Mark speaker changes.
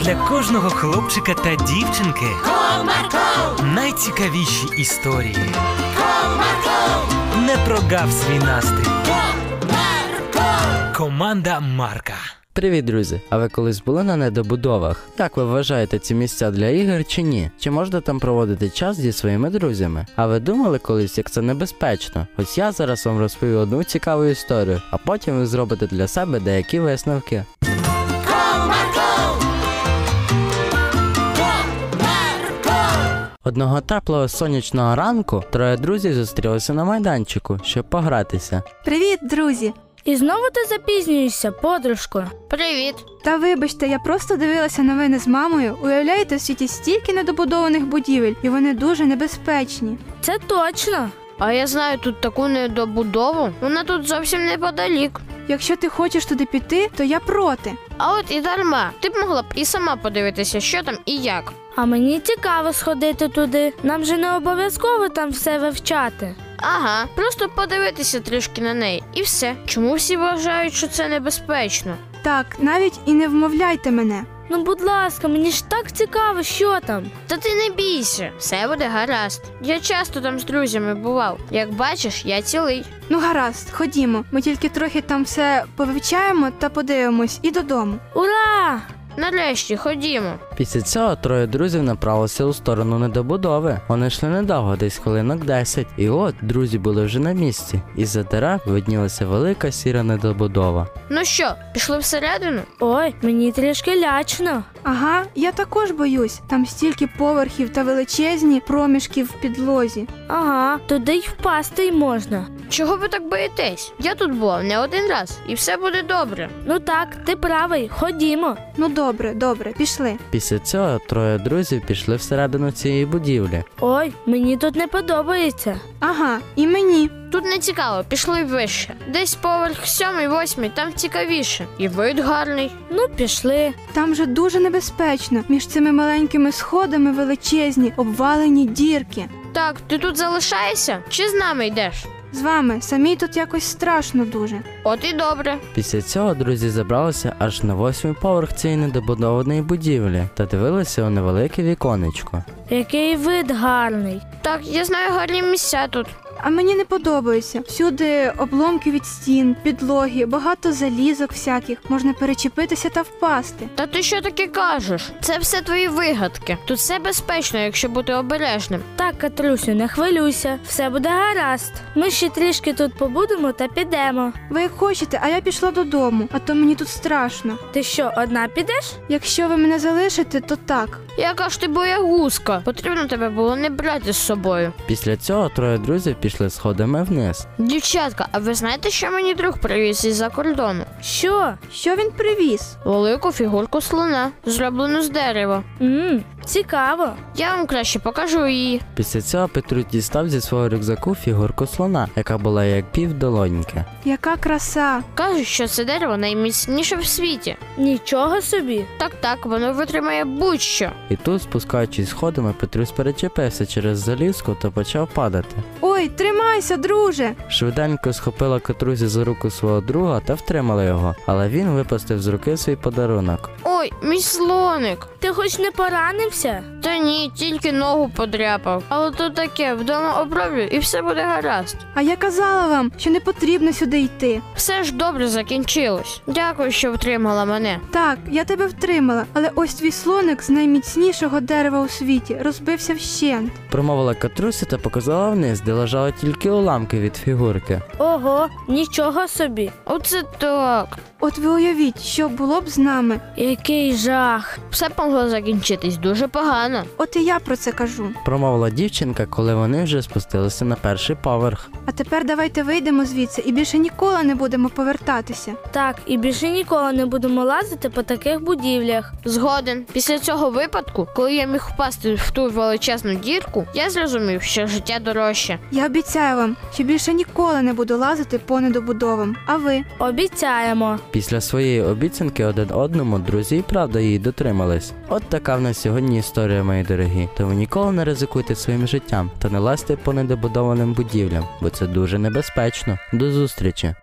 Speaker 1: для кожного хлопчика та дівчинки
Speaker 2: Comarco,
Speaker 1: найцікавіші історії.
Speaker 2: Comarco,
Speaker 1: Не прогав свій настрій.
Speaker 2: Comarco,
Speaker 1: Команда Марка.
Speaker 3: Привіт, друзі! А ви колись були на недобудовах? Як ви вважаєте ці місця для ігор чи ні? Чи можна там проводити час зі своїми друзями? А ви думали колись, як це небезпечно? Ось я зараз вам розповів одну цікаву історію, а потім ви зробите для себе деякі висновки.
Speaker 2: Comarco,
Speaker 3: Одного теплого сонячного ранку троє друзів зустрілися на майданчику, щоб погратися.
Speaker 4: Привіт, друзі!
Speaker 5: І знову ти запізнюєшся, подружко. Привіт.
Speaker 4: Та вибачте, я просто дивилася новини з мамою. Уявляєте, в світі стільки недобудованих будівель, і вони дуже небезпечні.
Speaker 5: Це точно.
Speaker 6: А я знаю тут таку недобудову. Вона тут зовсім неподалік.
Speaker 4: Якщо ти хочеш туди піти, то я проти.
Speaker 6: А от і дарма. Ти б могла б і сама подивитися, що там і як.
Speaker 5: А мені цікаво сходити туди. Нам же не обов'язково там все вивчати.
Speaker 6: Ага, просто подивитися трішки на неї, і все. Чому всі вважають, що це небезпечно?
Speaker 4: Так, навіть і не вмовляйте мене.
Speaker 5: Ну, будь ласка, мені ж так цікаво, що там.
Speaker 6: Та ти не бійся, все буде гаразд. Я часто там з друзями бував. Як бачиш, я цілий.
Speaker 4: Ну гаразд, ходімо. Ми тільки трохи там все повивчаємо та подивимось і додому.
Speaker 5: Ура!
Speaker 6: Нарешті ходімо.
Speaker 3: Після цього троє друзів направилися у сторону недобудови. Вони йшли недовго, десь хвилинок 10. І от друзі були вже на місці. Із-за дерев виднілася велика сіра недобудова.
Speaker 6: Ну що, пішли всередину?
Speaker 5: Ой, мені трішки лячно.
Speaker 4: Ага, я також боюсь. Там стільки поверхів та величезні проміжки в підлозі.
Speaker 5: Ага, туди й впасти й можна.
Speaker 6: Чого ви так боїтесь? Я тут була не один раз, і все буде добре.
Speaker 5: Ну так, ти правий, ходімо.
Speaker 4: Ну добре, добре, пішли.
Speaker 3: Після цього троє друзів пішли всередину цієї будівлі.
Speaker 5: Ой, мені тут не подобається.
Speaker 4: Ага, і мені.
Speaker 6: Тут не цікаво, пішли вище. Десь поверх сьомий, восьмий, там цікавіше. І вид гарний.
Speaker 5: Ну, пішли.
Speaker 4: Там же дуже небезпечно. Між цими маленькими сходами величезні, обвалені дірки.
Speaker 6: Так, ти тут залишаєшся? Чи з нами йдеш?
Speaker 4: З вами самій тут якось страшно дуже.
Speaker 6: От і добре.
Speaker 3: Після цього друзі забралися аж на восьмий поверх цієї недобудованої будівлі та дивилися у невелике віконечко.
Speaker 5: Який вид гарний.
Speaker 6: Так, я знаю гарні місця тут.
Speaker 4: А мені не подобається. Всюди обломки від стін, підлоги, багато залізок всяких. Можна перечепитися та впасти.
Speaker 6: Та ти що таке кажеш? Це все твої вигадки. Тут все безпечно, якщо бути обережним.
Speaker 5: Так, Катрусю, не хвилюйся, все буде гаразд. Ми ще трішки тут побудемо та підемо.
Speaker 4: Ви як хочете, а я пішла додому, а то мені тут страшно.
Speaker 5: Ти що, одна підеш?
Speaker 4: Якщо ви мене залишите, то так.
Speaker 6: Яка ж ти боягузка? Потрібно тебе було не брати з собою.
Speaker 3: Після цього троє друзів пішли сходами вниз.
Speaker 6: Дівчатка, а ви знаєте, що мені друг привіз із-за кордону?
Speaker 5: Що?
Speaker 4: Що він привіз?
Speaker 6: Велику фігурку слона, зроблену з дерева.
Speaker 5: Мм, цікаво.
Speaker 6: Я вам краще покажу її.
Speaker 3: Після цього Петрусь дістав зі свого рюкзаку фігурку слона, яка була як півдолоньки.
Speaker 4: Яка краса!
Speaker 6: Кажуть, що це дерево найміцніше в світі.
Speaker 5: Нічого собі.
Speaker 6: Так, так, воно витримає будь-що.
Speaker 3: І тут, спускаючись сходами, Петрусь перечепився через залізку та почав падати.
Speaker 4: Ой, тримайся, друже!
Speaker 3: Швиденько схопила Катрузі за руку свого друга та втримала його, але він випустив з руки свій подарунок.
Speaker 6: Ой, мій слоник.
Speaker 5: Ти хоч не поранився?
Speaker 6: Та ні, тільки ногу подряпав. Але то таке, вдома оброблю і все буде гаразд.
Speaker 4: А я казала вам, що не потрібно сюди йти.
Speaker 6: Все ж добре закінчилось. Дякую, що втримала мене.
Speaker 4: Так, я тебе втримала, але ось твій слоник з найміцнішого дерева у світі розбився вщент.
Speaker 3: Промовила Катруся та показала вниз, де лежали тільки уламки від фігурки.
Speaker 5: Ого, нічого собі.
Speaker 6: Оце так.
Speaker 4: От ви уявіть, що було б з нами.
Speaker 5: Який жах.
Speaker 6: Все могло закінчитись дуже погано.
Speaker 4: От і я про це кажу.
Speaker 3: Промовила дівчинка, коли вони вже спустилися на перший поверх.
Speaker 4: А тепер давайте вийдемо звідси і більше ніколи не будемо повертатися.
Speaker 5: Так, і більше ніколи не будемо лазити по таких будівлях.
Speaker 6: Згоден, після цього випадку, коли я міг впасти в ту величезну дірку, я зрозумів, що життя дорожче.
Speaker 4: Я обіцяю вам, що більше ніколи не буду лазити по недобудовам. А ви?
Speaker 5: Обіцяємо.
Speaker 3: Після своєї обіцянки один одному друзі і правда її дотримались. От така в нас сьогодні історія, мої дорогі. Тому ніколи не ризикуйте своїм життям та не лазьте по недобудованим будівлям, бо це дуже небезпечно. До зустрічі!